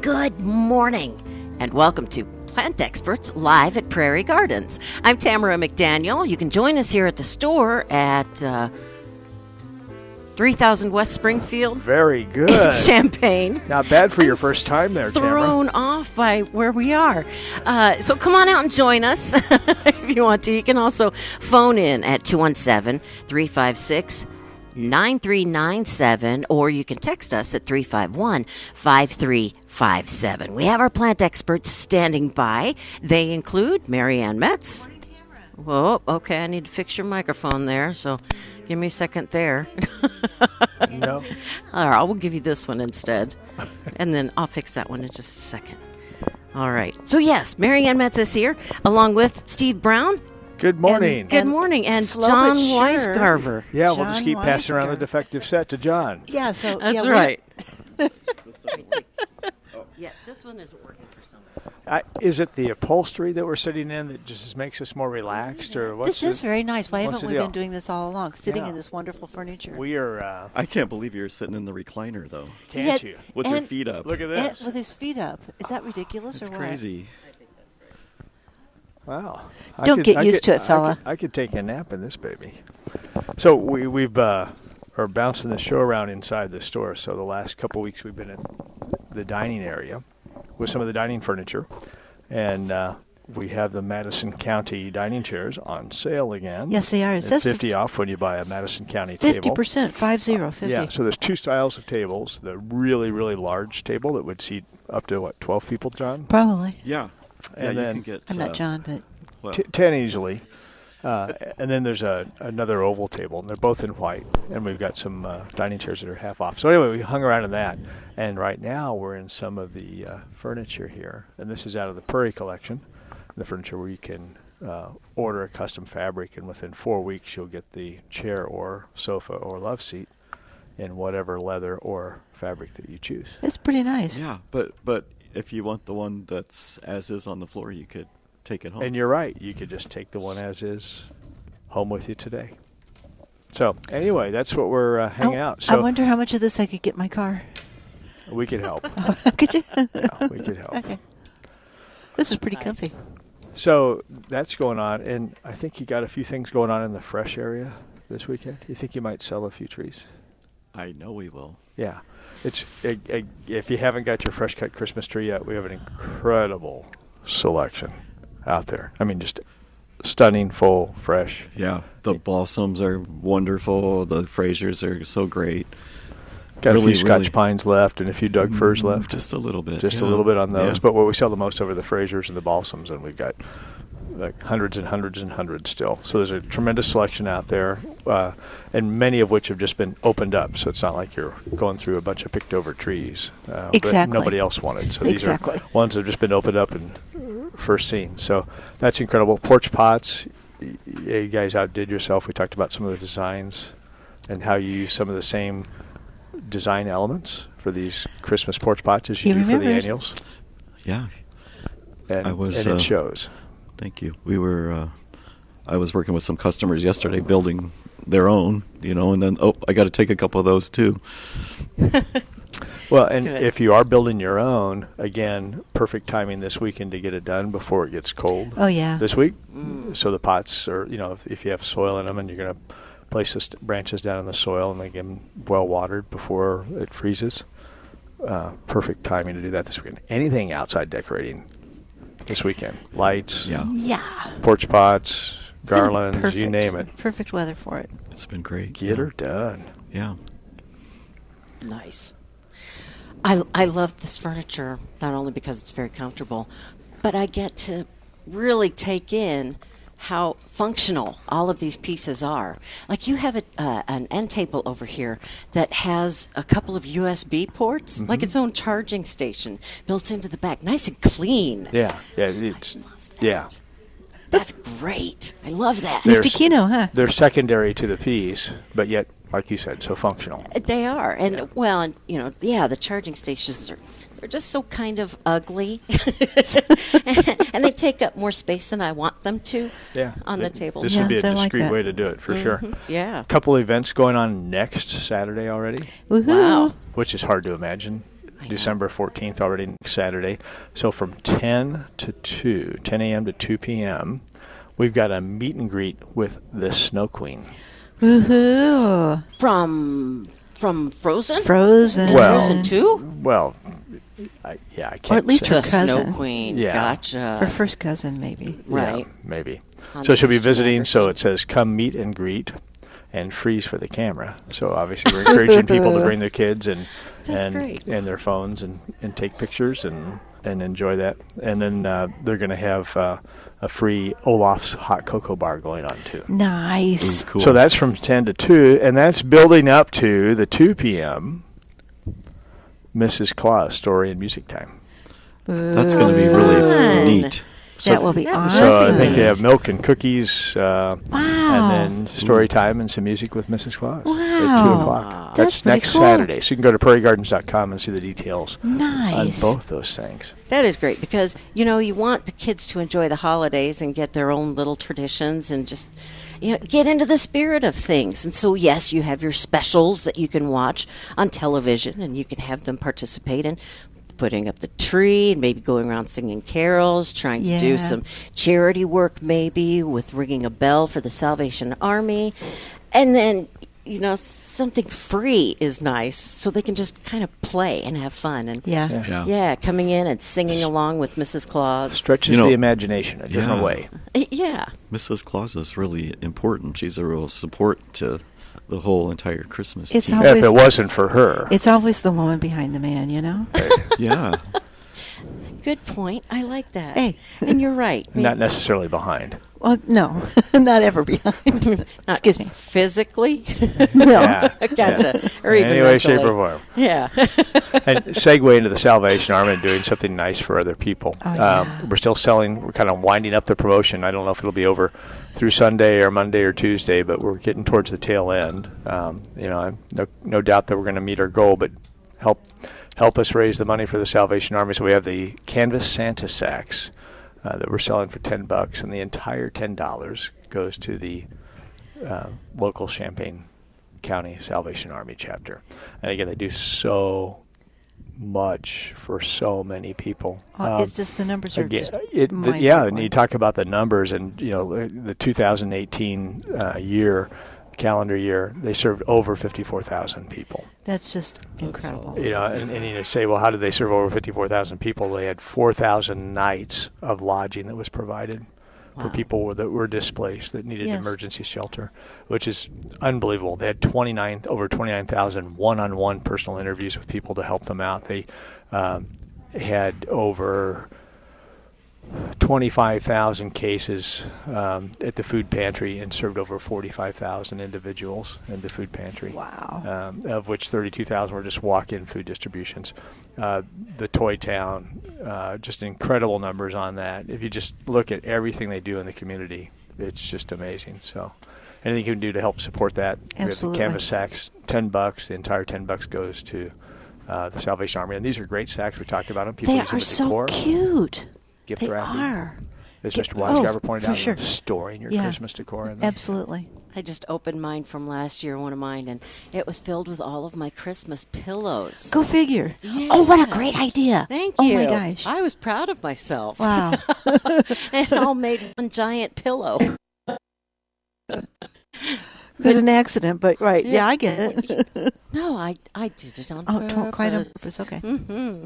Good morning, and welcome to Plant Experts live at Prairie Gardens. I'm Tamara McDaniel. You can join us here at the store at uh, 3000 West Springfield Very in good. Champaign. Not bad for your first time there, Tamara. Thrown off by where we are. Uh, so come on out and join us if you want to. You can also phone in at 217 356 9397 or you can text us at 351 5357. We have our plant experts standing by. They include Marianne Metz. Whoa, okay, I need to fix your microphone there. So give me a second there. No. All right, I will give you this one instead. and then I'll fix that one in just a second. All right. So, yes, Marianne Metz is here, along with Steve Brown. Good morning. Good morning. And slow but John sure. Weisgarver. yeah, we'll just John keep passing around the Weisgar. defective set to John. Yeah, so That's yeah, we- right. Yeah, this one isn't working for some reason. I, is it the upholstery that we're sitting in that just makes us more relaxed, or what's This is the- very nice. Why what's haven't the we deal? been doing this all along, sitting Yeah. in this wonderful furniture? We are. Uh, I can't believe you're sitting in the recliner though, can't Yeah. you? with your And- feet up. Look at Eh, this. with his feet up. Is that ridiculous it's or what? crazy. Wow. I Don't get I used to it, I fella. I could take a nap in this baby. So we we've uh, are bouncing the show around inside the store. So the last couple weeks we've been in the dining area with some of the dining furniture, and uh, we have the Madison County dining chairs on sale again. Yes, they are. It It's says fifty off when you buy a Madison County Fifty table. percent, five zero, fifty. Yeah, so there's two styles of tables. The really, really large table that would seat up to what, twelve people, John? Probably. Yeah. And yeah, then- you can get I'm uh, not John, but well, T- ten easily. Uh, and then there's a another oval table, and they're both in white. And we've got some uh, dining chairs that are half off. So anyway, we hung around in that, and right now we're in some of the uh, furniture here, and this is out of the Prairie collection, the furniture where you can uh, order a custom fabric, and within four weeks you'll get the chair or sofa or love seat in whatever leather or fabric that you choose. it's pretty nice. yeah, but but if you want the one that's as is on the floor, you could take it home. And you're right. You could just take the one as is home with you today. So anyway, that's what we're uh, hanging I, out. Oh, I So wonder how much of this I could get in my car. we could help. could you? yeah, we could help. okay. This is pretty nice. comfy. So that's going on, and I think you got a few things going on in the fresh area this weekend. You think you might sell a few trees? I know we will. Yeah. It's a, a, if you haven't got your fresh cut Christmas tree yet, we have an incredible selection out there. I mean, just stunning, full, fresh. Yeah, the balsams are wonderful. The Frasers are so great. Got a Really, few Scotch really- Mm-hmm. pines left and a few Doug firs left. Mm, Just a little bit. just a yeah. little bit on those. Yeah. But what we sell the most over the Frasers and the Balsams, and we've got like hundreds and hundreds and hundreds still. So there's a tremendous selection out there, uh, and many of which have just been opened up. So it's not like you're going through a bunch of picked over trees uh, that Exactly. nobody else wanted. So these Exactly. are ones that have just been opened up and first seen. So that's incredible. Porch pots, y- yeah, you guys outdid yourself. We talked about some of the designs and how you use some of the same design elements for these Christmas porch pots as you, do You for the remember- annuals Yeah. and, I was, and it uh, shows. Thank you. We were. Uh, I was working with some customers yesterday, building their own. You know, and then oh, I got to take a couple of those too. Well, and Good. if you are building your own, again, perfect timing this weekend to get it done before it gets cold. Oh, yeah. Mm. This week, so the pots are you know if, if you have soil in them and you're going to place the st- branches down in the soil and make them well watered before it freezes. Uh, perfect timing to do that this weekend. Anything outside decorating this weekend, lights, Yeah, Yeah. porch pots, It's gonna be garlands, you perfect. name it. Perfect weather for it. it's been great. Get yeah. her done. Yeah. Nice. I, I love this furniture, not only because it's very comfortable, but I get to really take in how functional all of these pieces are. Like you have a, uh, an end table over here that has a couple of USB ports, like Mm-hmm. its own charging station built into the back. Nice and clean. Yeah, yeah, it's, Love yeah. that. That's great. I love that. There's- Kino, huh? they're secondary to the peas, but yet, like you said, so functional. They are, and well, and you know, yeah, the charging stations are. They're just so kind of ugly, and they take up more space than I want them to. on the Th- table. This Yeah, would be a they're like discreet that. Mm-hmm. way to do it for sure. yeah. Mm-hmm. couple events going on next Saturday already, Woohoo. Wow. which is hard to imagine. I know. December 14th, already next Saturday. So from 10 to 2, 10 a.m. to 2 p.m., we've got a meet and greet with the Snow Queen. Woohoo! From from Frozen. Frozen. And Well- Frozen too, Well, I, yeah, I can't Or at least say. the her cousin. Snow Queen. Yeah. Gotcha. Her first cousin, maybe. right. Yeah, maybe. On so she'll be Thursday, visiting. So Anderson. it says, "Come meet and greet, and freeze for the camera." So obviously, we're encouraging people to bring their kids and That's and great. and their phones and and take pictures and and enjoy that. And then uh, they're going to have uh, a free Olaf's hot cocoa bar going on too. Nice. Ooh, cool. So that's from 10 to 2, and that's building up to the 2 p.m. Mrs. Claus story and music time. that's going to be Fun. really neat. that will be That was awesome. So I think Awesome. they have milk and cookies, uh, Wow. and then story time and some music with Mrs. Claus at two Wow. o'clock. That's That's, pretty next cool. Saturday, so you can go to prairiegardens.com and see the details Nice. on both those things. That is great because you know you want the kids to enjoy the holidays and get their own little traditions and just you know get into the spirit of things. And so yes, you have your specials that you can watch on television and you can have them participate in putting up the tree and maybe going around singing carols, trying to Yeah. do some charity work maybe with ringing a bell for the Salvation Army. And then you know something free is nice so they can just kind of play and have fun and Yeah. Yeah. Yeah. yeah, coming in and singing along with Mrs. Claus. Stretches You know- the imagination a different Yeah. way. Eh, yeah, Mrs. Claus is really important. She's a real support to the whole entire Christmas It's team. how- If Always- it wasn't for her, It's always the woman behind the man, you know? yeah. good point. I like that. Hey. and you're right. Maybe not necessarily behind. Well, no, not ever behind. not Excuse me. Physically, No. Yeah. gotcha. Yeah. Or in even any way, shape, mentally. or form. Yeah, and segue into the Salvation Army and doing something nice for other people. Oh, yeah. um, we're still selling. We're kind of winding up the promotion. I don't know if it'll be over through Sunday or Monday or Tuesday, but we're getting towards the tail end. Um, you know, I'm no, no doubt that we're going to meet our goal, but help help us raise the money for the Salvation Army. So we have the canvas Santa sacks uh, that we're selling for ten bucks, and the entire ten dollars goes to the uh, local Champaign County Salvation Army chapter. And again, they do so much for so many people. Oh, Um, it's just the numbers are again, uh, just it- the- yeah, and mind-boggling. you talk about the numbers, and you know the- the 2018 uh, year, calendar year, they served over 54,000 people. That's just incredible. You know, and, and you say, well, how did they serve over 54,000 people? They had 4,000 nights of lodging that was provided for Wow. people were- that were displaced that needed Yes. emergency shelter, which is unbelievable. They had 29 over 29,000 one-on-one personal interviews with people to help them out. They um, had over 25,000 cases um, at the food pantry and served over 45,000 individuals in the food pantry Wow. um, of which 32,000 were just walk-in food distributions. Uh, the Toy Town, uh, just incredible numbers on that. If you just look at everything they do in the community, it's just amazing. So, anything you can do to help support that, Absolutely. we have the canvas sacks, 10 bucks. The entire 10 bucks goes to uh, the Salvation Army, and these are great sacks. We talked about them. People They use them are at so decor, cute. gift they wrapping. Mm-hmm. are. As Get- Mr. oh, Weisgraber pointed for out, sure. storing your Yeah. Christmas decor. In them. Absolutely. I just opened mine from last year, one of mine, and it was filled with all of my Christmas pillows. Go figure. Oh, what a great Yes. idea. Thank Oh, you. my gosh. I was proud of myself. wow. and all made one giant pillow. It was an accident, but right. Yeah, Yeah. I get it. No, I I did it on Oh, purpose. tw- quite on purpose. Okay. hmm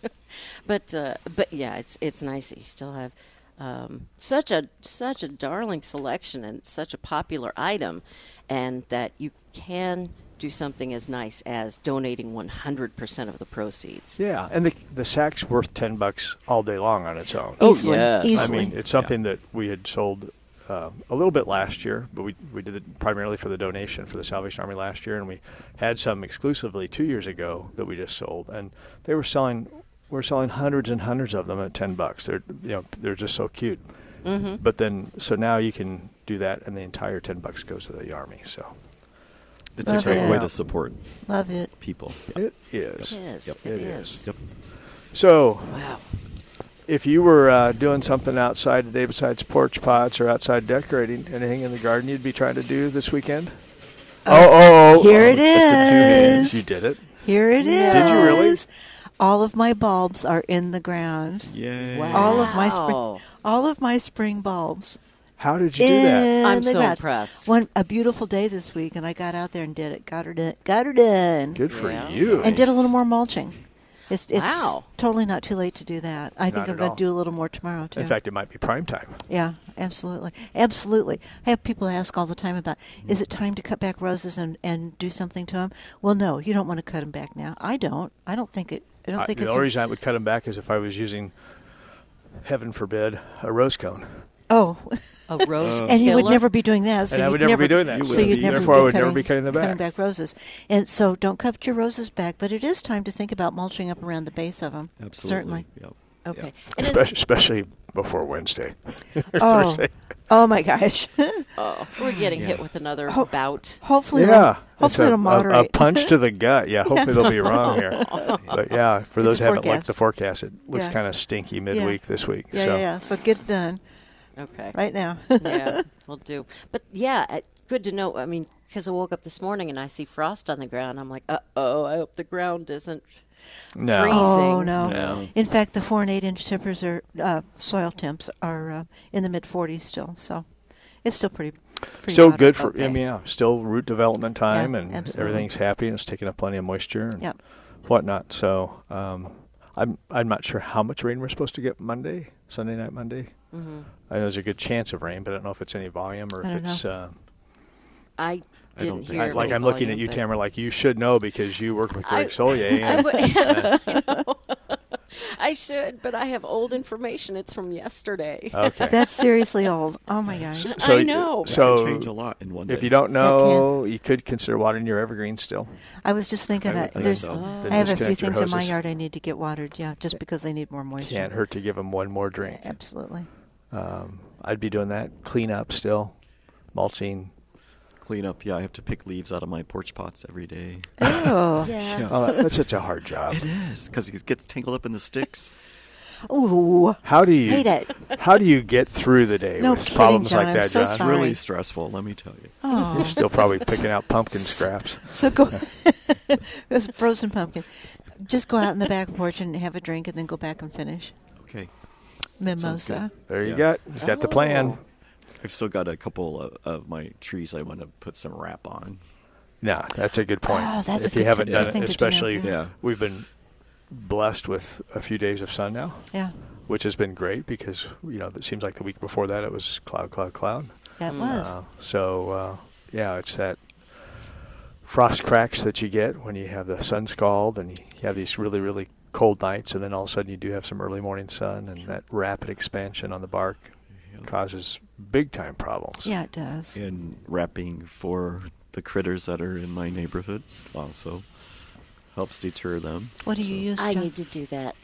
but uh, but yeah, it's it's nice that you still have um, such a such a darling selection and such a popular item, and that you can do something as nice as donating 100% of the proceeds. Yeah, and the the sack's worth 10 bucks all day long on its own. Oh, easily. yes. I I Easily. mean, it's something that we had sold uh, a little bit last year, but we, we did it primarily for the donation for the Salvation Army last year, and we had some exclusively two years ago that we just sold, and they were selling we are selling hundreds and hundreds of them at ten bucks. They're you know they're just so cute. Mhm. But then so now you can do that, and the entire ten bucks goes to the Army. So It's Love a great it. way to support Love it. people. it is. It is. Yep. It It is. is. Yep. So Wow. if you were uh, doing something outside today besides porch pots or outside decorating, anything in the garden you'd be trying to do this weekend? Oh, oh, oh Uh, Here it It's a two hands. is. You did it. Here it is. Did you really? all of my bulbs are in the ground. Yay. Wow. All of my Wow. spring, all of my spring bulbs. How did you do that? in I'm the so ground. impressed. One a beautiful day this week, and I got out there and did it. Got her done. Got her done. Good for Yeah. you. And did a little more mulching. It's, it's Wow. totally not too late to do that. I Not think I'm at going all. to do a little more tomorrow too. In fact, it might be prime time. Yeah, absolutely. Absolutely. I have people ask all the time about is it time to cut back roses and, and do something to them? Well, no, you don't want to cut them back now. I don't. I don't think it. I don't I- think the it's. only reason I would cut them back is if I was using, heaven forbid, a rose cone. oh, A rose Uh, and you would killer? never be doing that. So And I you'd would never be doing that. You So wouldn't you'd be. never Therefore, be I would cutting, never be cutting them back. roses. And so don't cut your roses back, but it is time to think about mulching up around the base of them. Absolutely. Certainly. Yep. Okay. Yep. And is- Especially, especially before Wednesday. or Oh. Thursday. Oh my gosh. oh, we're getting hit with another Oh. bout. hopefully, it'll- Yeah. It's hopefully a, it'll a, moderate. a punch to the gut. Yeah, hopefully they'll be wrong here. But yeah, for It's those who a haven't forecast. looked the forecast, it looks Yeah. kind of stinky midweek this week. yeah, so yeah, yeah. So get it done Okay. right now. yeah, we'll do. But yeah, it- good to know. I mean, because I woke up this morning and I see frost on the ground. I'm like, uh oh, I hope the ground isn't. no. Freeze. Oh freezing. no. No. In fact, the four and eight inch tippers are uh, soil temps are uh, in the mid 40s still, so it's still pretty. pretty Still hot. good for okay. I mean, yeah, still root development time, Yeah, and absolutely. everything's happy, and it's taking up plenty of moisture and Yep. whatnot. So um, I'm I'm not sure how much rain we're supposed to get Monday, Sunday night, Monday. I know there's a good chance of rain, but I don't know if it's any volume or if Mm-hmm. I don't know. it's uh, I I didn't don't think hear. I, so. like any I'm looking at volume, you, but- Tamara. Like you should know because you work with I- Greg Solier. I and- uh, would- I know. I should, but I have old information. It's from yesterday. okay. That's seriously old. Oh my gosh. S- so I you- know. That That So can change a lot in one day. if you don't can. know, you could consider watering your evergreen still. I was just thinking I would that think there's. so. Then I have a few disconnect your things in my hoses. yard I need to get watered. Yeah, just because they need more moisture. Can't hurt to give them one more drink. Absolutely. Um, I'd be doing that. Clean up still, mulching. clean up, yeah, I have to pick leaves out of my porch pots every day. Oh. Yes. Oh, that- that's such a hard job. It is because it gets tangled up in the sticks. Ooh. How do you Hate it. How do you get through the day No with kidding, problems John, like I'm that, so John? It's really Sorry. stressful, let me tell you. Oh. You're still probably picking out pumpkin scraps. So go. it's frozen pumpkin. Just go out in the back porch and have a drink, and then go back and finish Okay. sounds mimosa. good. There you Yeah. go. He's got the plan. Oh. I've still got a couple of, of my trees I want to put some wrap on. No, that's a good point. Oh, that's a if you good haven't to- done thing it, to do, especially yeah. we've been blessed with a few days of sun now, Yeah. which has been great because you know it seems like the week before that it was cloud, cloud, cloud. That Mm. was. Uh, so uh, yeah, it's that frost cracks that you get when you have the sun scald and you have these really really cold nights, and then all of a sudden you do have some early morning sun, and that rapid expansion on the bark Yeah. causes big time problems. Yeah, it does. And wrapping for the critters that are in my neighborhood also helps deter them. What do So- you use? I John? need to do that.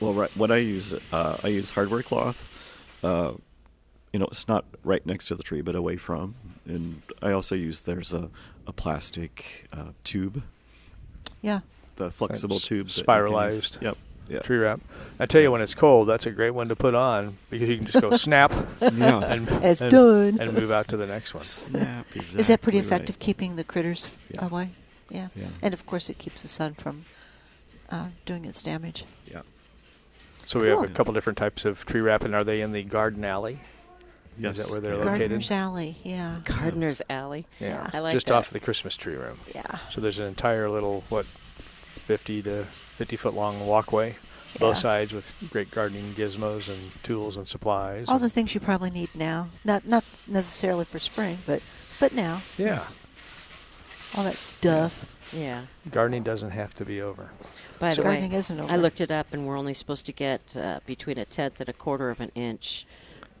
Well, right, what I use, uh, I use hardware cloth. Uh, you know, it's not right next to the tree, but away from. And I also use there's a, a plastic uh, tube, Yeah. the flexible s- tube, that you can use. spiralized. Yep. Yeah. Tree wrap. I tell you, when it's cold, that's a great one to put on because you can just go snap Yeah. and, It's and- done. and move out to the next one. Snap. Is that pretty exactly right. effective keeping the critters Yeah. away? Yeah. Yeah. And of course, it keeps the sun from uh, doing its damage. Yeah. So we have a Cool. couple different types of tree wrap, and are they in the garden alley? Yes. Is that where they're yeah. located? Gardener's Alley. Yeah. Gardener's Alley. Yeah. I like just that. off the Christmas tree room. Yeah. So there's an entire little what, fifty to fifty foot long walkway, both Yeah. sides with great gardening gizmos and tools and supplies. All the and- things you probably need now. Not not necessarily for spring, but but now Yeah, all that stuff. Yeah. gardening doesn't have to be over. By the gardening way, isn't over. I looked it up, and we're only supposed to get uh, between a tenth and a quarter of an inch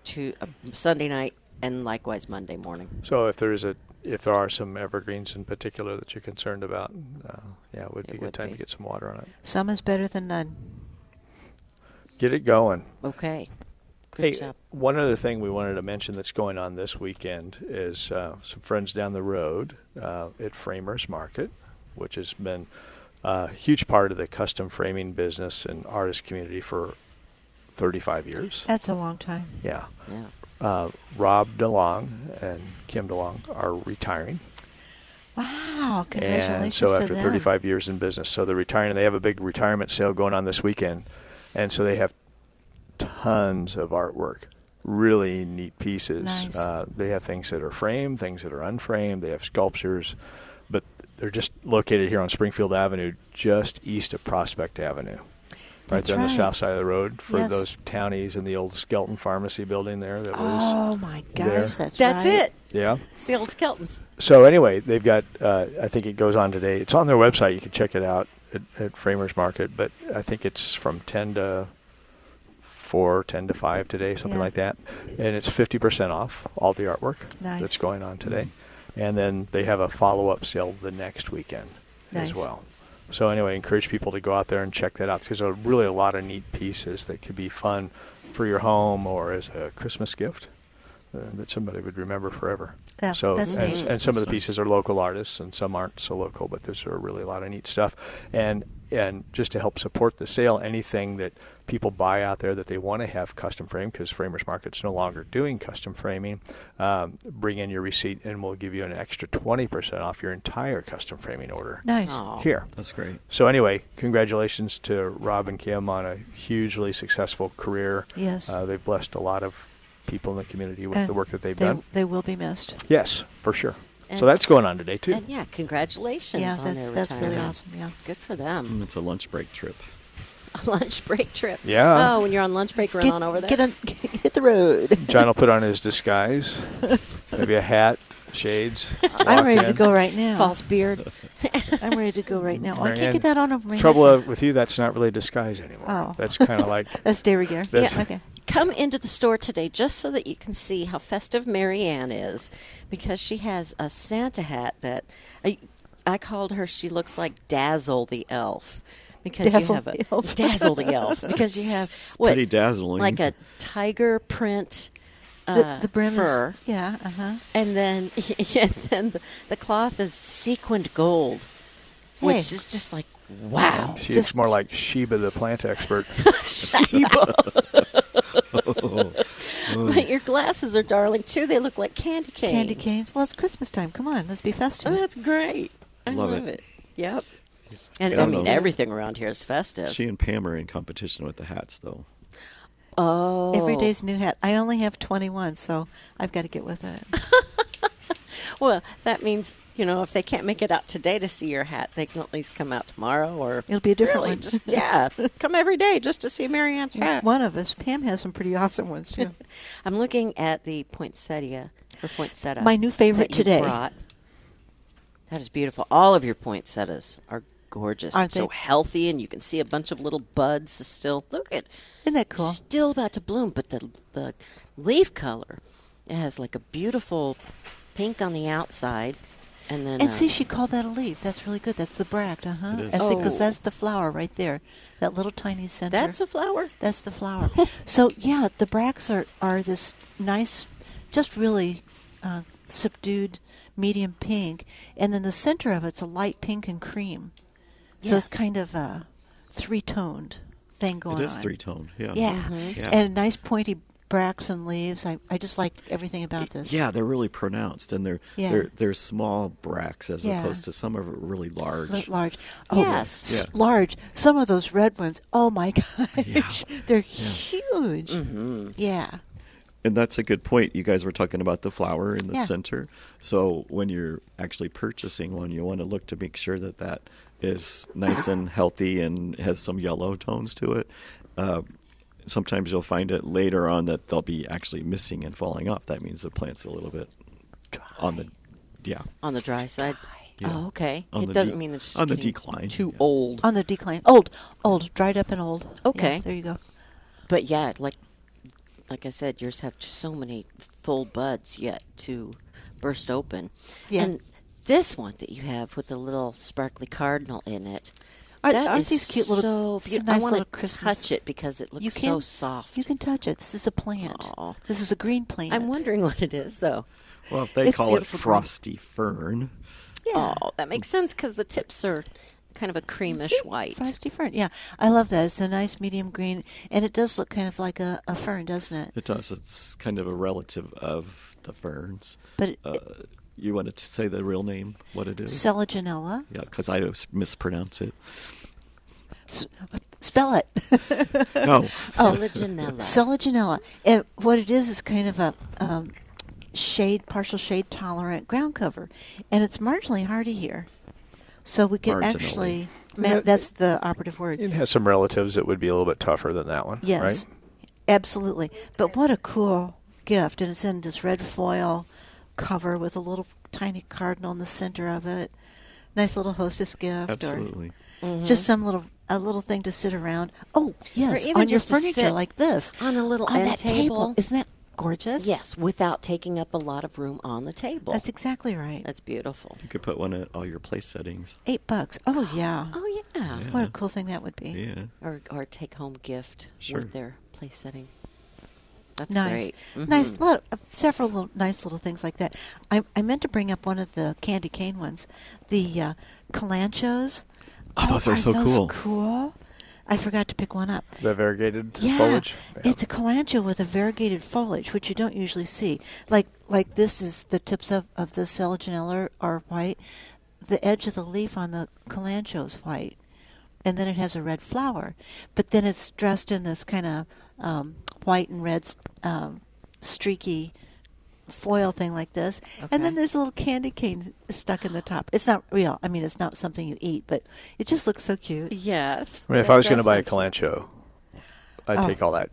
to uh, Sunday night, and likewise Monday morning. So if there is a if there are some evergreens in particular that you're concerned about, uh, yeah, it would It be a would good time be. to get some water on it. Some is better than none. Get it going. Okay. Oh, Good Hey, job. one other thing we wanted to mention that's going on this weekend is uh, some friends down the road uh, at Framers Market, which has been a huge part of the custom framing business and artist community for 35 years. That's a long time. Yeah. Yeah. Uh, Rob DeLong and Kim DeLong are retiring. Wow! Congratulations And so to after them. 35 years in business, so they're retiring. They have a big retirement sale going on this weekend, and so they have tons of artwork, really neat pieces. Nice. Uh, they have things that are framed, things that are unframed. They have sculptures, but they're just located here on Springfield Avenue, just east of Prospect Avenue. Right That's there on the right. south side of the road for Yes. those townies in the old Skelton Pharmacy building there that was Oh my gosh, there. that's That's right. it. yeah It's the old skeletons. so anyway, they've got. Uh, I think it goes on today. It's on their website. You can check it out at, at Framers Market. But I think it's from ten to four, ten to five today, something Yeah. like that. And it's fifty percent off all the artwork Nice. that's going on today. And then they have a follow up sale the next weekend Nice. as well. So anyway, encourage people to go out there and check that out because there are really a lot of neat pieces that could be fun for your home or as a Christmas gift uh, that somebody would remember forever. Yeah, so that's and, neat. and some of the That's nice. pieces are local artists and some aren't so local, but there's sort of really a lot of neat stuff. And and just to help support the sale, anything that people buy out there that they want to have custom framed, because Framers Market's no longer doing custom framing, um, bring in your receipt and we'll give you an extra 20% off your entire custom framing order Nice. Aw. here. That's great. So anyway, congratulations to Rob and Kim on a hugely successful career. Yes. uh, they've blessed a lot of people in the community with Uh, the work that they've they, done. They will be missed. Yes, for sure. so And- that's going on today too. And yeah, congratulations yeah, on that's their that's really retirement. awesome. Yeah. Good for them. Mm, It's a lunch break trip. A lunch break trip. Yeah. Oh, when you're on lunch break, run Get, on over there. get on, hit the road. John will put on his disguise, maybe a hat, shades. walk I'm ready to in. go right now. False beard. I'm ready to go right now. Oh, I Marianne, can't get that on over my head. Trouble uh, with you, that's not really a disguise anymore. Oh. That's kind of like That's day regular. That's- yeah. Okay. Come into the store today just so that you can see how festive Marianne is because she has a Santa hat that I, I called her, she looks like Dazzle the Elf. Because you Dazzle have a the Elf. Dazzle the Elf. Because you have what Pretty dazzling. like a tiger print The, uh, the brim fur. is. Yeah. Uh huh. And then, and then the, the cloth is sequined gold, which Hey. is just like wow. she's Just- more like Sheba, the plant expert. But your glasses are darling too. They look like candy cane. Candy canes. Well, it's Christmas time. Come on, let's be festive. Oh, that's great. I Love love, it. it. Yep. And Yeah, I I mean, know. everything around here is festive. She and Pam are in competition with the hats, though. oh, Every day's a new hat. I only have 21, so I've got to get with it. well. That means you know if they can't make it out today to see your hat, they can at least come out tomorrow or It'll be a different Really, one. Just yeah, come every day just to see Marianne's hat. One of us, Pam, has some pretty awesome ones too. I'm looking at the poinsettia for poinsettia. My new favorite that you today. Brought. That is beautiful. All of your poinsettias are gorgeous. Aren't so they? healthy, and you can see a bunch of little buds still. Look at Isn't that cool? still about to bloom, but the the leaf color it has like a beautiful pink on the outside, and then And uh, see, she called that a leaf. That's really good. That's the bract, uh huh. It is. And see, because Oh. that's the flower right there, that little tiny center. that's a flower. that's the flower. so yeah, the bracts are are this nice, just really uh, subdued medium pink, and then the center of it's a light pink and cream. So Yes. it's kind of a three toned thing going on. it is three toned. Yeah. Yeah. Mhm. Yeah. And nice pointy bracts and leaves. I, I just like everything about this. Yeah, they're really pronounced, and they're Yeah. they're they're small bracts as Yeah. opposed to some of it really large. L- large. Oh, Yes. s- Yeah. Large. Some of those red ones, oh my gosh. They're huge. Mm-hmm. Yeah. And that's a good point. You guys were talking about the flower in the Yeah. center. So when you're actually purchasing one, you want to look to make sure that that is nice and healthy and has some yellow tones to it. Uh, sometimes you'll find it later on that they'll be actually missing and falling off. That means the plant's a little bit on the yeah on the dry side. Yeah. Oh, okay. On the it doesn't de- mean it's on the getting decline, too yeah. old. On the decline. Old. Old. Dried up and old. Yeah, Okay. there you go. But yeah, like like I said, yours have just so many full buds yet to burst open. Yeah. And this one that you have with the little sparkly cardinal in it. Aren't- that aren't is these cute little- so beautiful. nice I want little to Christmas- touch it because it looks You so can- soft. You can touch it. This is a plant. Aw. This is a green plant. I'm wondering what it is though. well they It's call it beautiful. frosty fern Yeah. Oh, that makes sense because the tips are kind of a creamish white. Frosty fern. Yeah. I love that. It's a nice medium green, and it does look kind of like a, a fern, doesn't it? it does it's kind of a relative of the ferns But it, uh, you wanted to say the real name, what it is? Selaginella. Yeah, because I mispronounce it. S- uh, spell it. No. Selaginella. Selaginella. And what it is is kind of a um, shade, partial shade tolerant ground cover, and it's marginally hardy here. So we can Marginally. actually. Yeah. Ma- that's the operative word. It has some relatives that would be a little bit tougher than that one. Yes, Right? absolutely. But what a cool gift! And it's in this red foil cover with a little tiny cardinal in the center of it. Nice little hostess gift, Absolutely. Mm-hmm. or just some little a little thing to sit around. Oh yes, even on your just to furniture sit like this on a little on end that table. table. Isn't that gorgeous? Yes, without taking up a lot of room on the table. that's exactly right. That's beautiful. You could put one at all your place settings. Eight bucks. Oh yeah. Oh yeah. Yeah. What a cool thing that would be. Yeah. Or or take home gift Sure. with their place setting. That's Nice, great. nice. Mhm. Lot of, several little, nice little things like that. I, I meant to bring up one of the candy cane ones, the uh, calanchos. Oh, those are so those cool. cool? I forgot to pick one up. The variegated yeah, foliage. Yeah. it's a calancho with a variegated foliage, which you don't usually see. Like like this is the tips of of the selaginella are white. The edge of the leaf on the calancho is white, and then it has a red flower. But then it's dressed in this kind of um, white and red um, streaky foil thing like this and Okay. then there's a little candy cane stuck in the top it's not real i mean it's not something you eat but it just looks so cute Yes. I mean, if that I was going to does buy a sound Calancho, I'd Oh. take all that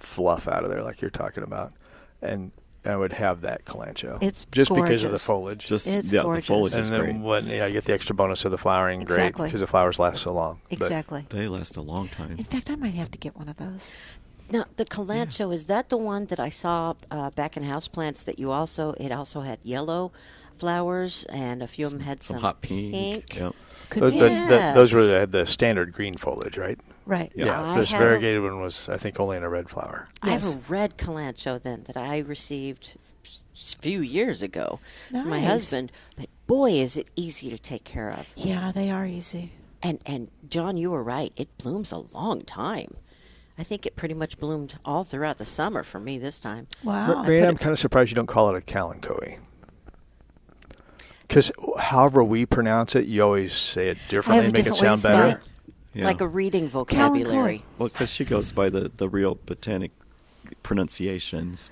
fluff out of there, like you're talking about, and I would have that Calancho. It's just because of the gorgeous. foliage. Just It's yeah, gorgeous. the foliage and is then great. when yeah, I get the extra bonus of the flowering, Exactly. great, because the flowers last so long. But exactly They last a long time. In fact, I might have to get one of those. Now, the calancho is that the one that I saw uh, back in houseplants that you also it also had yellow flowers and a few of them had some, Some hot pink. Yep. Could those, be. the- the- those were Yes. the, the standard green foliage, right? Right. Yeah. I this have a- variegated one was, I think, only in a red flower. I have Yes. a red calancho then that I received a few years ago. from My Nice. husband, but boy, is it easy to take care of. Yeah, they are easy. And and John, you were right. It blooms a long time. I think it pretty much bloomed all throughout the summer for me this time. Wow. Marianne, Oh, I I'm put kind of surprised you don't call it a Calanchoe. Because however we pronounce it, you always say it it- I have differently, a and make it different way sound to spell better. it. Yeah. Like a reading vocabulary. Well, because she goes by the, the real botanic pronunciations.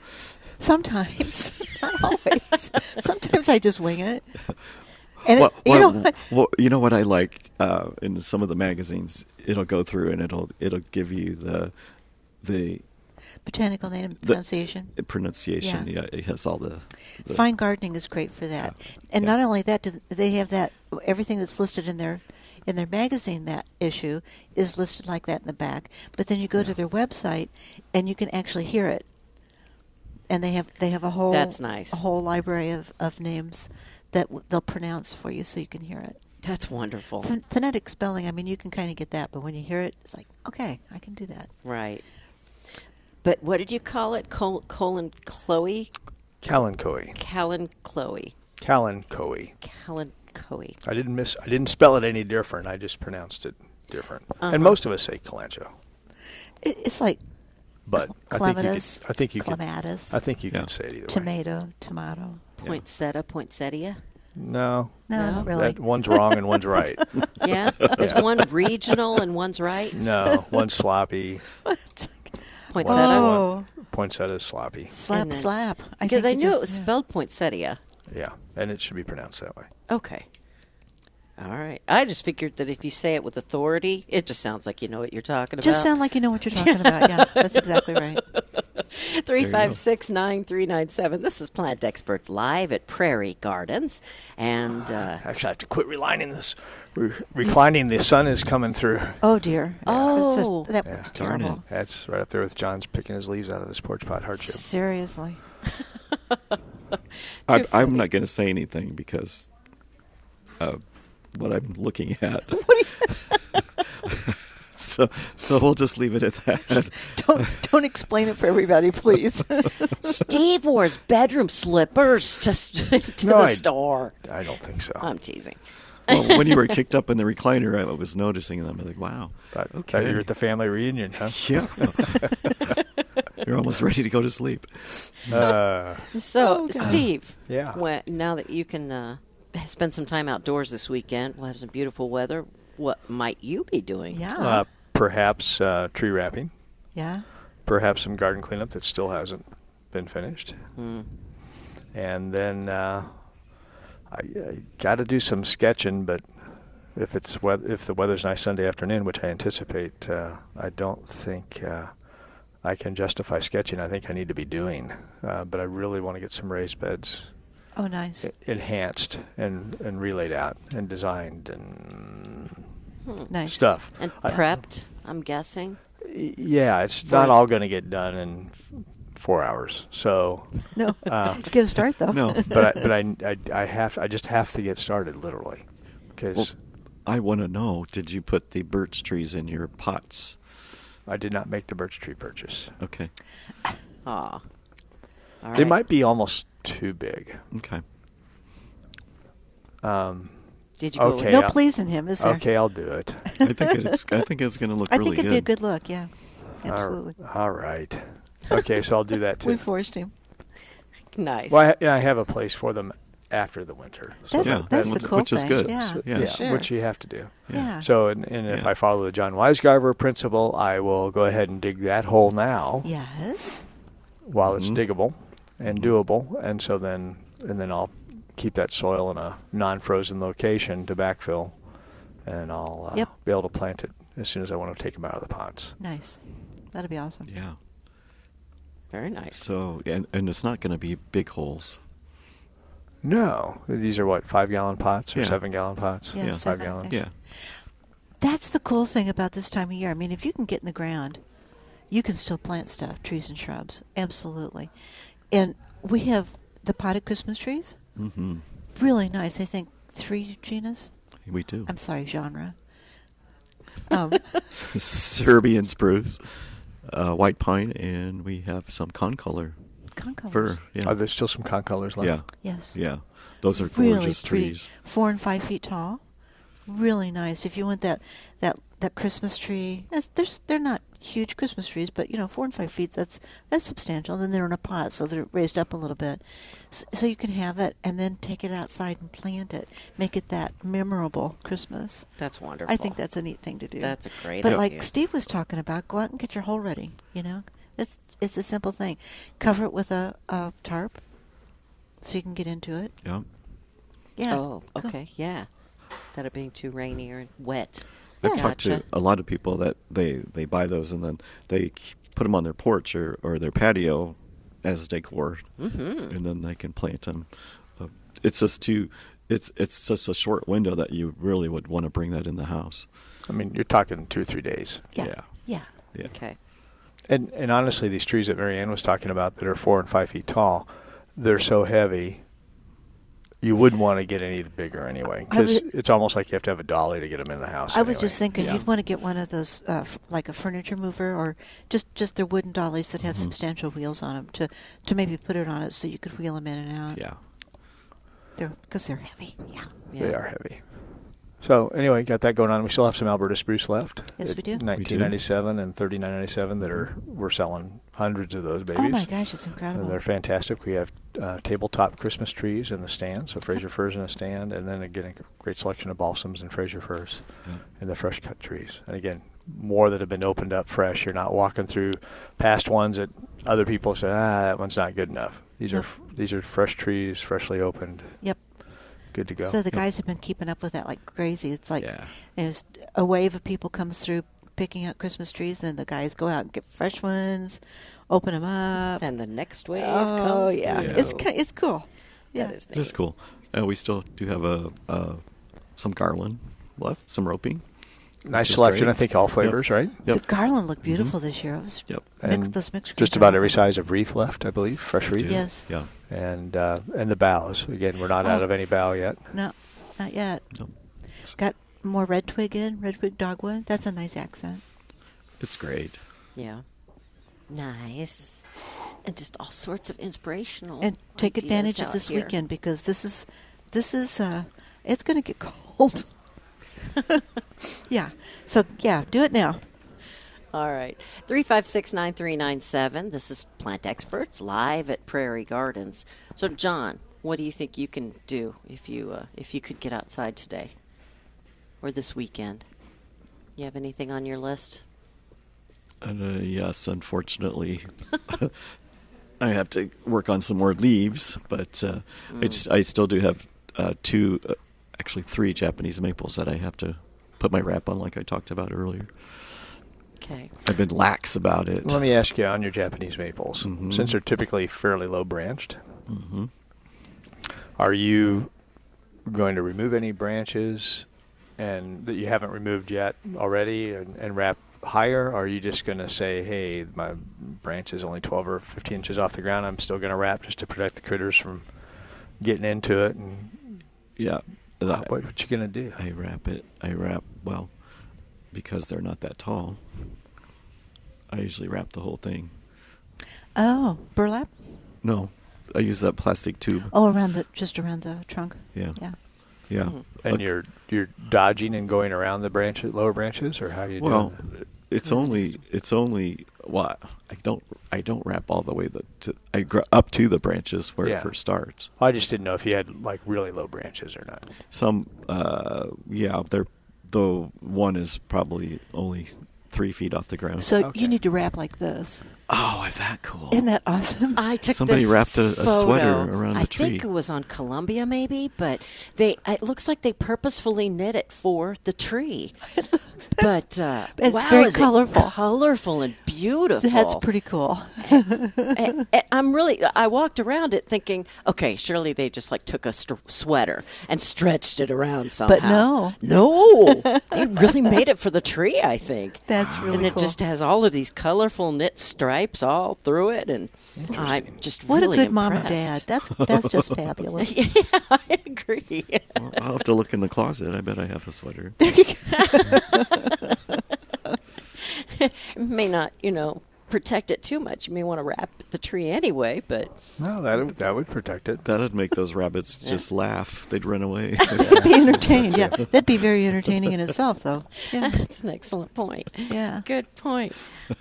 Sometimes, not always. Sometimes I just wing it. And What- it, you know what- what? what- you know what I like uh, in some of the magazines. It'll go through and it'll it'll give you the the Botanical name the- pronunciation. pronunciation. Yeah. Yeah, it has all the, the Fine gardening is great for that. Yeah. And Yeah. not only that, do th- they have that everything that's listed in their in their magazine that issue is listed like that in the back. But then you go to their website and you can actually hear it. And they have they have a whole That's nice. a whole library of, of names that w- they'll pronounce for you so you can hear it. That's wonderful. Ph- phonetic spelling, I mean, you can kind of get that, but when you hear it, it's like, okay, I can do that. Right. But what did you call it? Col- colon Chloe? Calanchoe. Callan Chloe. Calanchoe. Callan Chloe. I didn't miss. I didn't spell it any different. I just pronounced it different. Uh-huh. And most of us say Calancho, It, it's like but I think you could. clematis. I think you could. clematis. I think you Yeah. could say it either way. tomato, tomato. Poinsettia, poinsettia. No, No, No? not really. that one's wrong and one's right. Yeah? There's one regional and one's right. No, one's sloppy. Poinsettia. Oh. One's one- Poinsettia's sloppy. Slap, And then- slap. Because I, think knew you just- it was yeah. spelled poinsettia. Yeah, and it should be pronounced that way. Okay. All right. I just figured that if you say it with authority, it just sounds like you know what you're talking about. Just sound like you know what you're talking about. Yeah, that's exactly right. Three you five six nine three nine seven. This is Plant Experts live at Prairie Gardens, and uh, Ah, Actually, I have to quit relining this. We're reclining. The sun is coming through. Oh dear. That's a- Oh. that Yeah. was Darn it. terrible. That's right up there with John's picking his leaves out of his porch pot hardship. Seriously. I, I'm not going to say anything because uh, what I'm looking at. so, so we'll just leave it at that. Don't don't explain it for everybody, please. Steve wore his bedroom slippers to, s- to No, the I- store. I don't think so. I'm teasing. Well, when you were kicked up in the recliner, I was noticing them. I was like, wow. Thought- thought you were at the family reunion, huh? Yeah. You're You're almost ready to go to sleep. Uh, So, Oh, Steve, Yeah. wha- now that you can uh, spend some time outdoors this weekend, we'll have some beautiful weather. What might you be doing? Yeah. uh, perhaps uh, tree wrapping, yeah. perhaps some garden cleanup that still hasn't been finished, Hmm. Mm. and then uh, I, I got to do some sketching. But if it's weath- if the weather's nice Sunday afternoon, which I anticipate, uh, I don't think. Uh, I can justify sketching. I think I need to be doing, uh, but I really want to get some raised beds Oh, nice. e- enhanced and and relayed out and designed and Hmm. Nice. stuff. And I- prepped, I'm guessing. Y- Yeah, it's For- not all going to get done in f- four hours. So, No. Uh, Give a start, though. No. but I, but I, I I have I just have to get started literally, because Well, I want to know did you put the birch trees in your pots? I did not make the birch tree purchase. Okay. Aw. All They right. might be almost too big. Okay. Um, Did you go okay, with no I'll- pleasing him, is there? okay, I'll do it. I think it's I think it's going to look I really think it'd be a good look. Yeah. All- Absolutely. all right. Okay, so I'll do that too. We forced him. nice? Well, I, yeah, I have a place for them after the winter. So That's, Yeah, that's that- the cool which is thing. good. Yeah. So- yeah. yeah, Sure. which you have to do. yeah. So, and, and if Yeah. I follow the John Weisgarber principle, I will go ahead and dig that hole now Yes. while it's Mhm. diggable and doable, and so then and then I'll keep that soil in a non-frozen location to backfill, and I'll uh, Yep. be able to plant it as soon as I want to take them out of the pots. Nice. That'd be awesome. Yeah. Very nice. So and and it's not going to be big holes. No, these are what five-gallon pots or Yeah. seven-gallon pots. Yeah, Yeah. seven, I five-gallon. think. Yeah. That's the cool thing about this time of year. I mean, if you can get in the ground, you can still plant stuff, trees and shrubs. Absolutely. And we have the potted Christmas trees. Mhm. Really nice. I think three genus. We do. I'm sorry, genre. Um, Serbian spruce, uh, white pine, and we have some concolor concolors. fir. Yeah. Are there still some concolors left? yeah. Yes. Yeah. Those are really gorgeous pretty. trees. Four and five feet tall. Really nice. If you want that, that, that Christmas tree, that's- there's, they're not huge Christmas trees, but you know, four and five feet, that's, that's substantial. Then they're in a pot, so they're raised up a little bit. So, so you can have it and then take it outside and plant it. Make it that memorable Christmas. That's wonderful. I think that's a neat thing to do. That's a great But idea. like Steve was talking about, go out and get your hole ready. You know, it's it's a simple thing. Cover it with a, a tarp, so you can get into it. Yeah. Yeah. Oh, Cool. okay, yeah. That it being too rainy or wet. I've Yeah. talked to Gotcha. a lot of people that they, they buy those and then they k- put them on their porch or, or their patio as decor, Mm-hmm. and then they can plant them. Uh, it's just too. It's it's just a short window that you really would want to bring that in the house. I mean, you're talking two or three days. Yeah. Yeah. Yeah. Yeah. Okay. And and honestly, these trees that Marianne was talking about that are four and five feet tall, they're so heavy. You wouldn't want to get any bigger anyway, I was- because it's almost like you have to have a dolly to get them in the house. I was anyway. just thinking, Yeah. you'd want to get one of those, uh, f- like a furniture mover, or just just the wooden dollies that have Mhm. substantial wheels on them to to maybe put it on it so you could wheel them in and out. Yeah. because they're heavy. Yeah. they yeah. are heavy. So anyway, got that going on. We still have some Alberta spruce left. Yes, we do. We do. 1997 and 3997 that are we're selling hundreds of those babies. Oh my gosh, it's And incredible. they're fantastic. We have uh, tabletop Christmas trees in the stand, so Fraser firs in a stand, and then again a great selection of balsams and Fraser firs, Yeah. and the fresh cut trees. And again, more that have been opened up fresh. You're not walking through past ones that other people said, ah, that one's not good enough. These are No. f- these are fresh trees, freshly opened, Yep. good to go. So the guys have been keeping up with that like crazy. It's like Yeah. there's a wave of people comes through picking out Christmas trees, then the guys go out and get fresh ones, open them up. And the next wave oh comes. yeah, through. it's ki- it's cool. Yeah, That is neat. That's cool. Uh, we still do have a, uh some garland left, some roping. nice which is selection. great. I think all Yep. flavors, right? Yep. the garland looked beautiful this year. It was Yep. mixed, Mm-hmm. And those Just mixed greens are about every awesome. size of wreath left, I believe, fresh We wreath. do. Yes. Yeah. And uh, and the boughs. Again, we're not out Oh. of any bough yet. No, not yet. Yep. Got more red twig in red twig dogwood. That's a nice accent. It's great. Yeah. Nice. And just all sorts of inspirational. And take ideas advantage of out this here. weekend because this is this is uh, it's going to get cold. yeah. So yeah, do it now. All right. 356 9397. This is Plant Experts live at Prairie Gardens. So, John, what do you think you can do if you, uh, if you could get outside today or this weekend? You have anything on your list? And, uh, yes, unfortunately, I have to work on some more leaves, but uh, I, just, I still do have uh, two, uh, actually three Japanese maples that I have to put my wrap on, like I talked about earlier. Okay. I've been lax about it. Let me ask you on your Japanese maples, Mhm. since they're typically fairly low branched, Mhm. are you going to remove any branches and that you haven't removed yet already and, and wrap higher? Or are you just going to say, hey, my branch is only 12 or 15 inches off the ground. I'm still going to wrap just to protect the critters from getting into it? And Yeah. uh, I, what, what you going to do? I wrap it. I wrap, well, because they're not that tall, I usually wrap the whole thing. Oh, burlap. No, I use that plastic tube. Oh, around the just around the trunk. Yeah. Yeah. Yeah. Mhm. And Okay. you're you're dodging and going around the branches, lower branches, or how are you well, doing? Oh, that? it's only it's only well, I don't I don't wrap all the way the to, I gr- up to the branches where Yeah. it first starts. I just didn't know if you had like really low branches or not. Some uh yeah, they're the one is probably only three feet off the ground. So Okay. you need to wrap like this. oh, is that cool? Isn't that awesome? I took Somebody this wrapped a- a sweater photo. around I the tree. think it was on Columbia, maybe, but they it looks like they purposefully knit it for the tree. but uh, It's wow, very is it colorful. colorful and beautiful. That's pretty cool. I, I- I'm really. I walked around it thinking, okay, surely they just like took a st- sweater and stretched it around somehow. no. no, they really made it for the tree. I think That's really Ah. and it cool. just has all of these colorful knit stripes all through it, and I'm just what really a good mom and dad. impressed. That's that's just fabulous. yeah, I agree. Well, I'll have to look in the closet. I bet I have a sweater. You may not, you know, protect it too much. You may want to wrap the tree anyway, but No, that that would protect it. That'd make those rabbits just laugh. They'd run away. be entertained. Yeah, that'd be very entertaining in itself, though. Yeah, that's an excellent point. yeah. Good point.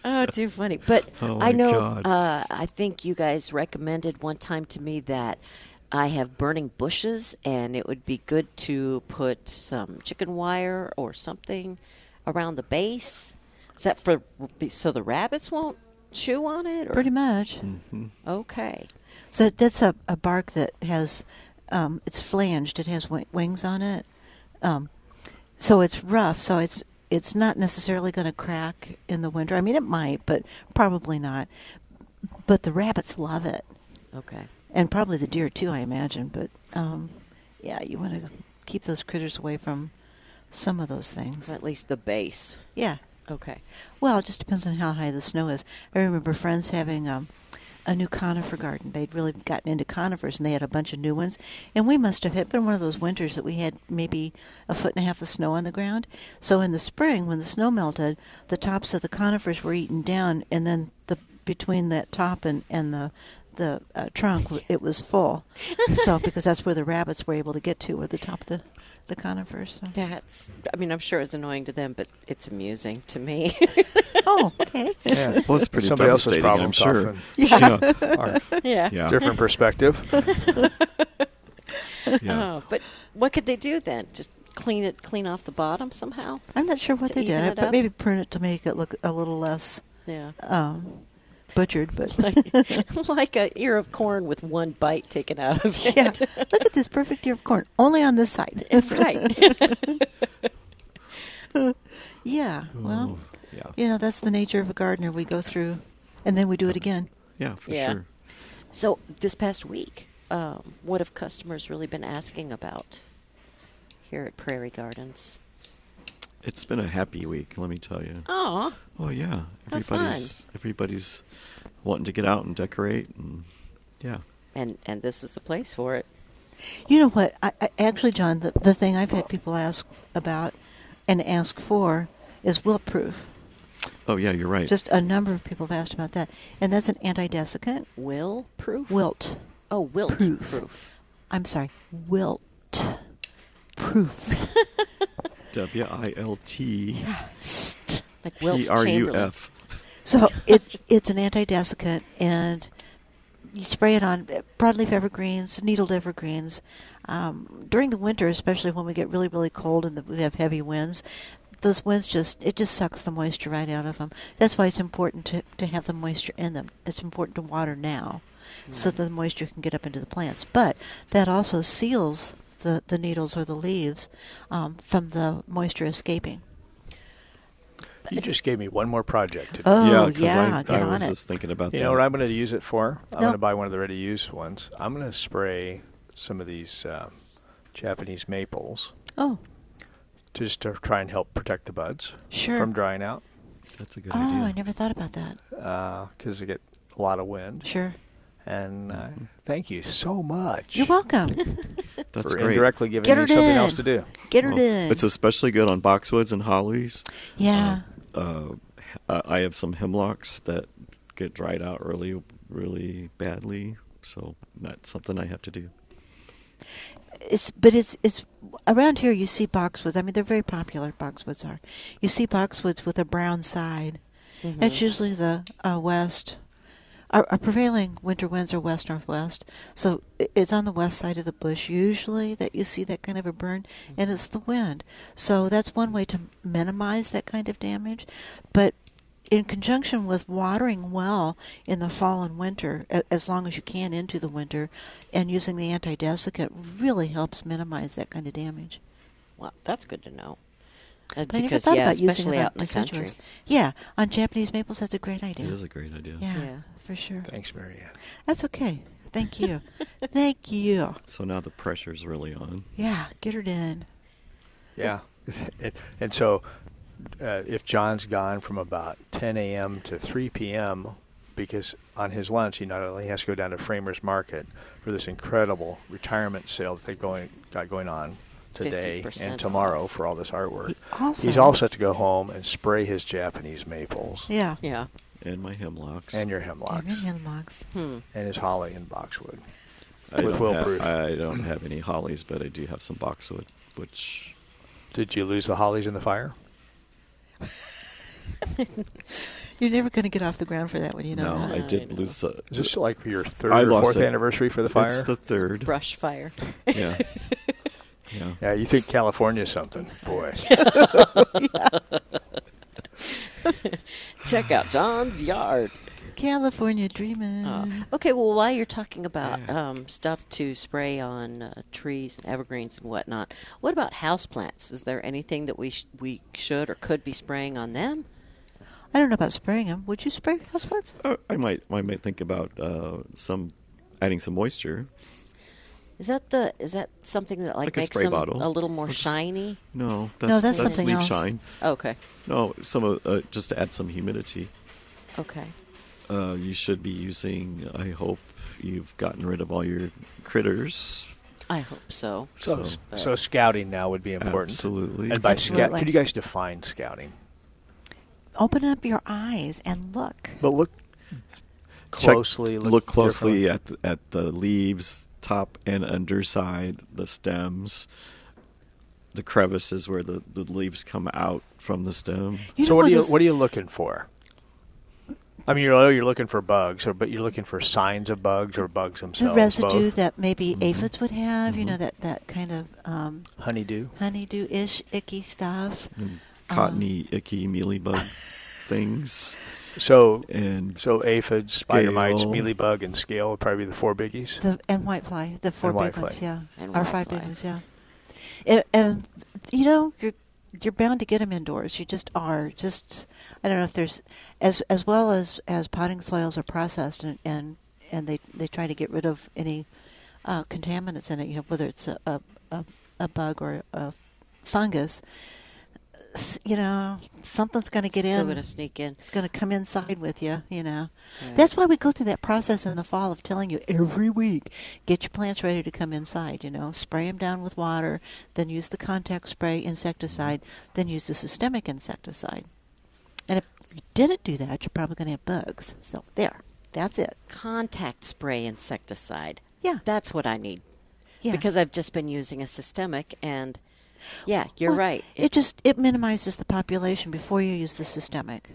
Oh, too funny. But Oh, my I know. God. Uh, I think you guys recommended one time to me that I have burning bushes, and it would be good to put some chicken wire or something around the base. Is that for so the rabbits won't chew on it? Or? Pretty much. Hmm. Okay. So that's a, a bark that has, um, it's flanged. It has w- wings on it, um, so it's rough. So it's it's not necessarily going to crack in the winter. I mean, it might, but probably not. But the rabbits love it, Okay. and probably the deer too, I imagine. But um, yeah, you want to keep those critters away from some of those things. At least the base. yeah. Okay. Well, it just depends on how high the snow is. I remember friends having um, a new conifer garden. They'd really gotten into conifers, and they had a bunch of new ones. And we must have had been one of those winters that we had maybe a foot and a half of snow on the ground. So in the spring, when the snow melted, the tops of the conifers were eaten down, and then the between that top and and the the uh, trunk, w- it was full. so because that's where the rabbits were able to get to, were the top of the the conifers. So. That's. I mean, I'm sure it's annoying to them, but it's amusing to me. Oh, okay. Yeah, Well, it's pretty Somebody else's devastating, problem I'm sure. solving. Yeah. Our yeah. Yeah. different perspective. yeah. Oh, but what could they do then? Just clean it, clean off the bottom somehow. I'm not sure what To they even did, it but up? maybe print it to make it look a little less Yeah, um, butchered. But like, like a ear of corn with one bite taken out of it. yeah, look at this perfect ear of corn, only on this side. right. yeah, well, Oh, yeah. you know that's the nature of a gardener. We go through, and then we do it again. Yeah, for Yeah. sure. so this past week, um, what have customers really been asking about here at Prairie Gardens? It's been a happy week, let me tell you. Oh, Oh yeah, How fun. everybody's everybody's wanting to get out and decorate, and yeah, and and this is the place for it. You know what? I, I, actually, John, the, the thing I've had people ask about and ask for is wilt proof. oh yeah, you're right. Just a number of people have asked about that, and that's an antidesiccant. Will proof. Wilt. Oh, wilt Proof. proof. I'm sorry, wilt proof. W I L T. Yes. Like Wilt P R U Chamberlain. F. So it it's an antidesiccant, and you spray it on broadleaf evergreens, needled evergreens. Um, during the winter, especially when we get really really cold and the, we have heavy winds, those winds just it just sucks the moisture right out of them. That's why it's important to to have the moisture in them. It's important to water now, so Mm-hmm. that the moisture can get up into the plants. But that also seals the the needles or the leaves um, from the moisture escaping. You just gave me one more project. To do. Oh yeah, yeah, because get I, I on was it. just thinking about You that. know what I'm going to use it for? I'm No. going to buy one of the ready-use ones. I'm going to spray some of these um, Japanese maples oh just to try and help protect the buds Sure. from drying out That's a good oh, idea. I never thought about that. because they get a lot of wind. Sure. And uh, thank you so much. You're welcome. That's for great. indirectly giving Get me her something in. else to do. Get her Well, in. It's especially good on boxwoods and hollies. yeah. Uh, uh, I have some hemlocks that get dried out really, really badly. So that's something I have to do. it's but it's it's around here you see boxwoods. I mean they're very popular boxwoods are. You see boxwoods with a brown side. Mm-hmm. That's usually the uh, west. Our, our prevailing winter winds are west northwest, so i- it's on the west side of the bush usually that you see that kind of a burn, Mm-hmm. and it's the wind. So that's one way to minimize that kind of damage. But in conjunction with watering well in the fall and winter, a- as long as you can into the winter, and using the antidesiccant really helps minimize that kind of damage. Well, that's good to know. Uh, But I never because thought yeah, about using especially it on out in the country. deciduous. Yeah, on Japanese maples, that's a great idea. It is a great idea. yeah, Yeah. for sure. Thanks, Marianne. That's okay. Thank you. Thank you. So now the pressure's really on. Yeah, get her done. Yeah. and, and so uh, if John's gone from about 10 a.m. to 3 p.m., because on his lunch, he not only has to go down to Framer's Market for this incredible retirement sale that they've going, got going on today 50% and tomorrow for all this artwork, He also- he's also to go home and spray his Japanese maples Yeah. Yeah. And my hemlocks. and your Damn hemlocks it, Hemlocks. Hmm. and his holly and boxwood. I with don't Will have- Proof. I don't have any hollies, but I do have some boxwood, which Did you lose the hollies in the fire? You're never going to get off the ground for that one, you know. no, that. I I did know. lose. Uh, Is this like your third I or lost fourth it. anniversary for the fire? It's the third. Brush fire. Yeah. yeah. yeah, you think California's something, boy. Check out John's yard. California dreaming. Uh, okay, well, while you're talking about um, stuff to spray on uh, trees and evergreens and whatnot, what about houseplants? Is there anything that we sh- we should or could be spraying on them? I don't know about spraying them. Would you spray houseplants? Uh, I might. I might think about uh, some adding some moisture. Is that the is that something that like, Like a makes spray them bottle. a little more Or just- shiny? No, that's, that's something leaf else. shine. Okay, No, some of, uh, just to add some humidity. okay. Uh, you should be using. I hope you've gotten rid of all your critters. I hope so. So, So- so scouting now would be important. Absolutely. And by Absolutely. scout, could you guys define scouting? Open up your eyes and look. But look Check- closely. Look, closely at the, at the leaves, top and underside, the stems, the crevices where the, the leaves come out from the stem. You so know what are you is- what are you looking for? I mean, you know you're looking for bugs, or but you're looking for signs of bugs or bugs the themselves. residue both. Mm-hmm. that maybe aphids would have, you know, that, that kind of um, honeydew. honeydew ish, icky stuff. And cottony, icky, mealybug things. So, And so aphids, spider mites, Scale. mealybug, and scale would probably be the four biggies. The, and whitefly, the four And big whitefly. ones, yeah, And or five whitefly. big ones, yeah. And, and you know, you're you're bound to get them indoors. You just are. Just I don't know if there's as as well as as potting soils are processed and and, and they they try to get rid of any uh, contaminants in it. You know, whether it's a a, a, a bug or a fungus. S- You know, something's going to get Still in. gonna sneak in. It's going to come inside with you, you know. Yeah. That's why we go through that process in the fall of telling you every week get your plants ready to come inside, you know. Spray them down with water, then use the contact spray insecticide, then use the systemic insecticide. And if you didn't do that, you're probably going to have bugs. So there. That's it. Contact spray insecticide. Yeah. that's what I need Yeah. because I've just been using a systemic and Yeah, you're Well, right. It, just it minimizes the population before you use the systemic.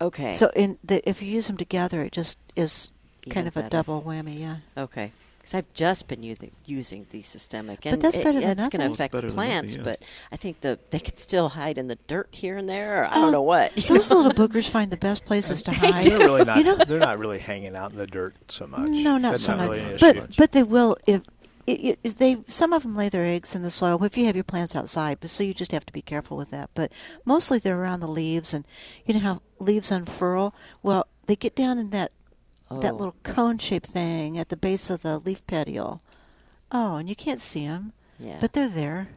okay. So in the, if you use them together, it just is Even kind of a better. double whammy. Yeah. Okay. Because I've just been using, using the systemic, and that's it- better than it's going nothing. Well, to it's affect better the than nothing, plants. yeah. But I think the they can still hide in the dirt here and there. Or I Oh, don't know what. Those little boogers find the best places to hide. They're really not. You know, they're not really hanging out in the dirt so much. No, not That's so much. Really an issue. but but they will if. It, it, they some of them lay their eggs in the soil if you have your plants outside, but so you just have to be careful with that. But mostly they're around the leaves, and you know how leaves unfurl. Well, they get down in that that Oh. little cone shaped thing at the base of the leaf petiole. Oh, and you can't see them, Yeah. but they're there.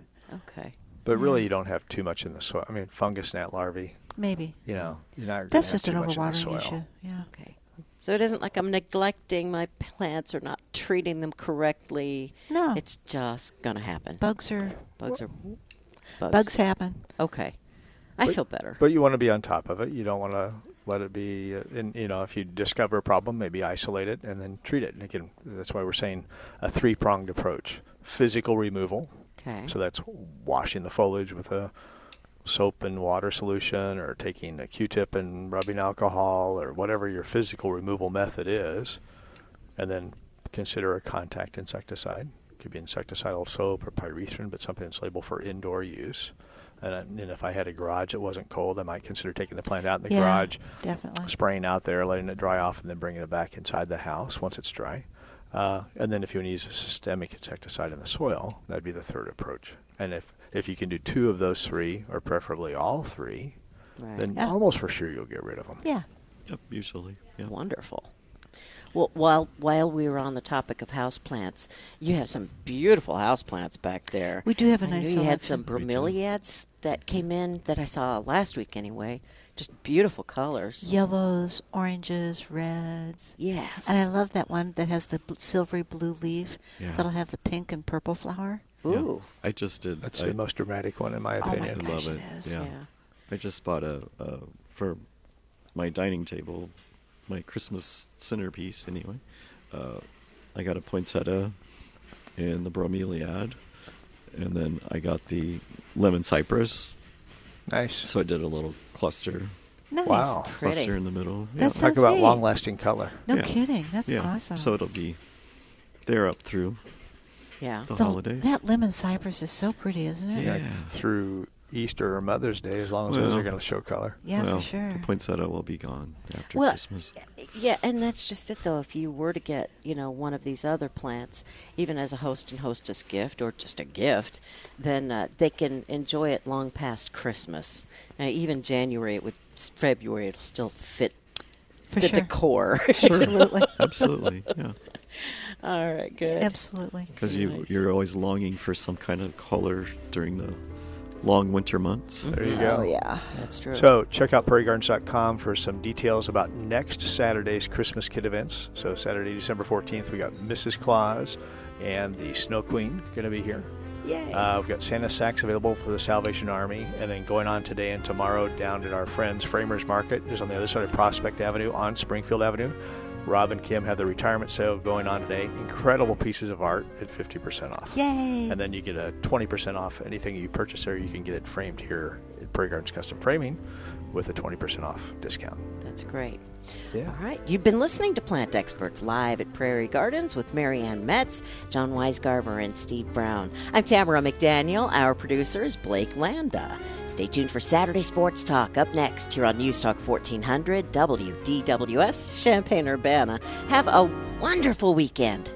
okay. But really, you don't have too much in the soil. I mean, fungus gnat larvae. Maybe You know, you're not. that's gonna just have an too much in the soil. overwatering issue. Yeah. Okay. So it isn't like I'm neglecting my plants or not treating them correctly. No. It's just going to happen. Bugs are bugs are bugs. bugs happen. Okay. I But- feel better. But you want to be on top of it. You don't want to let it be. uh, In, you know, if you discover a problem, maybe isolate it and then treat it. And again, that's why we're saying a three-pronged approach: physical removal. okay. So that's washing the foliage with a soap and water solution, or taking a Q-tip and rubbing alcohol, or whatever your physical removal method is, and then consider a contact insecticide. could be insecticidal soap or pyrethrin, but something that's labeled for indoor use. And, I, and if I had a garage that wasn't cold, I might consider taking the plant out in the yeah, garage, definitely. spraying out there, letting it dry off, and then bringing it back inside the house once it's dry. Uh, and then if you want to use a systemic insecticide in the soil, that'd be the third approach. And if, if you can do two of those three, or preferably all three, right. then Yeah. almost for sure you'll get rid of them. Yeah. Yep, usually. Yeah. Wonderful. Well, while while we were on the topic of houseplants, you have some beautiful houseplants back there. We do have a I know nice You had some selection. We do. bromeliads that came in that I saw last week anyway. Just beautiful colors. yellows, oranges, reds. Yes. And I love that one that has the bl- silvery blue leaf Yeah. that'll have the pink and purple flower. Yeah. Ooh. I just did. That's I, the most dramatic one in my Oh my opinion. I gosh. love it it. is, Yeah. yeah. I just bought a, a for my dining table, my Christmas centerpiece. Anyway, uh, I got a poinsettia and the bromeliad, and then I got the lemon cypress. Nice. So I did a little cluster, Nice. Wow. Pretty. cluster in the middle. That's yeah. Talk Sounds about neat. long-lasting color. No Yeah. kidding. That's yeah. awesome. So it'll be they're up through Yeah. the, The- holidays. That lemon cypress is so pretty, isn't it? Yeah. Through Easter or Mother's Day, as long as those Well. are going to show color. Yeah, well, for sure. The poinsettia will be gone after Well, Christmas. Yeah, and that's just it though. If you were to get, you know, one of these other plants, even as a host and hostess gift or just a gift, then uh, they can enjoy it long past Christmas. Uh, even January, it would February, it'll still fit For the sure. decor. Absolutely. Absolutely, yeah. All right, good. Absolutely. Because you Nice. you're always longing for some kind of color during the long winter months. There you go. Oh, yeah. That's true. So check out prairiegardens.com for some details about next Saturday's Christmas Kid events. So Saturday, December 14th, we got Mrs. Claus and the Snow Queen going to be here. Yay. Uh, we've got Santa sacks available for the Salvation Army, and then going on today and tomorrow down at our friends Framers Market, just on the other side of Prospect Avenue on Springfield Avenue. Rob and Kim have the retirement sale going on today. Incredible pieces of art at 50% off. Yay. And then you get a 20% off anything you purchase there. You can get it framed here at Prairie Gardens Custom Framing with a 20% off discount. That's great. Yeah. All right. You've been listening to Plant Experts live at Prairie Gardens with Marianne Metz, John Weisgarber, and Steve Brown. I'm Tamara McDaniel. Our producer is Blake Landa. Stay tuned for Saturday Sports Talk up next here on News Talk 1400 WDWS Champaign Urbana. Have a wonderful weekend.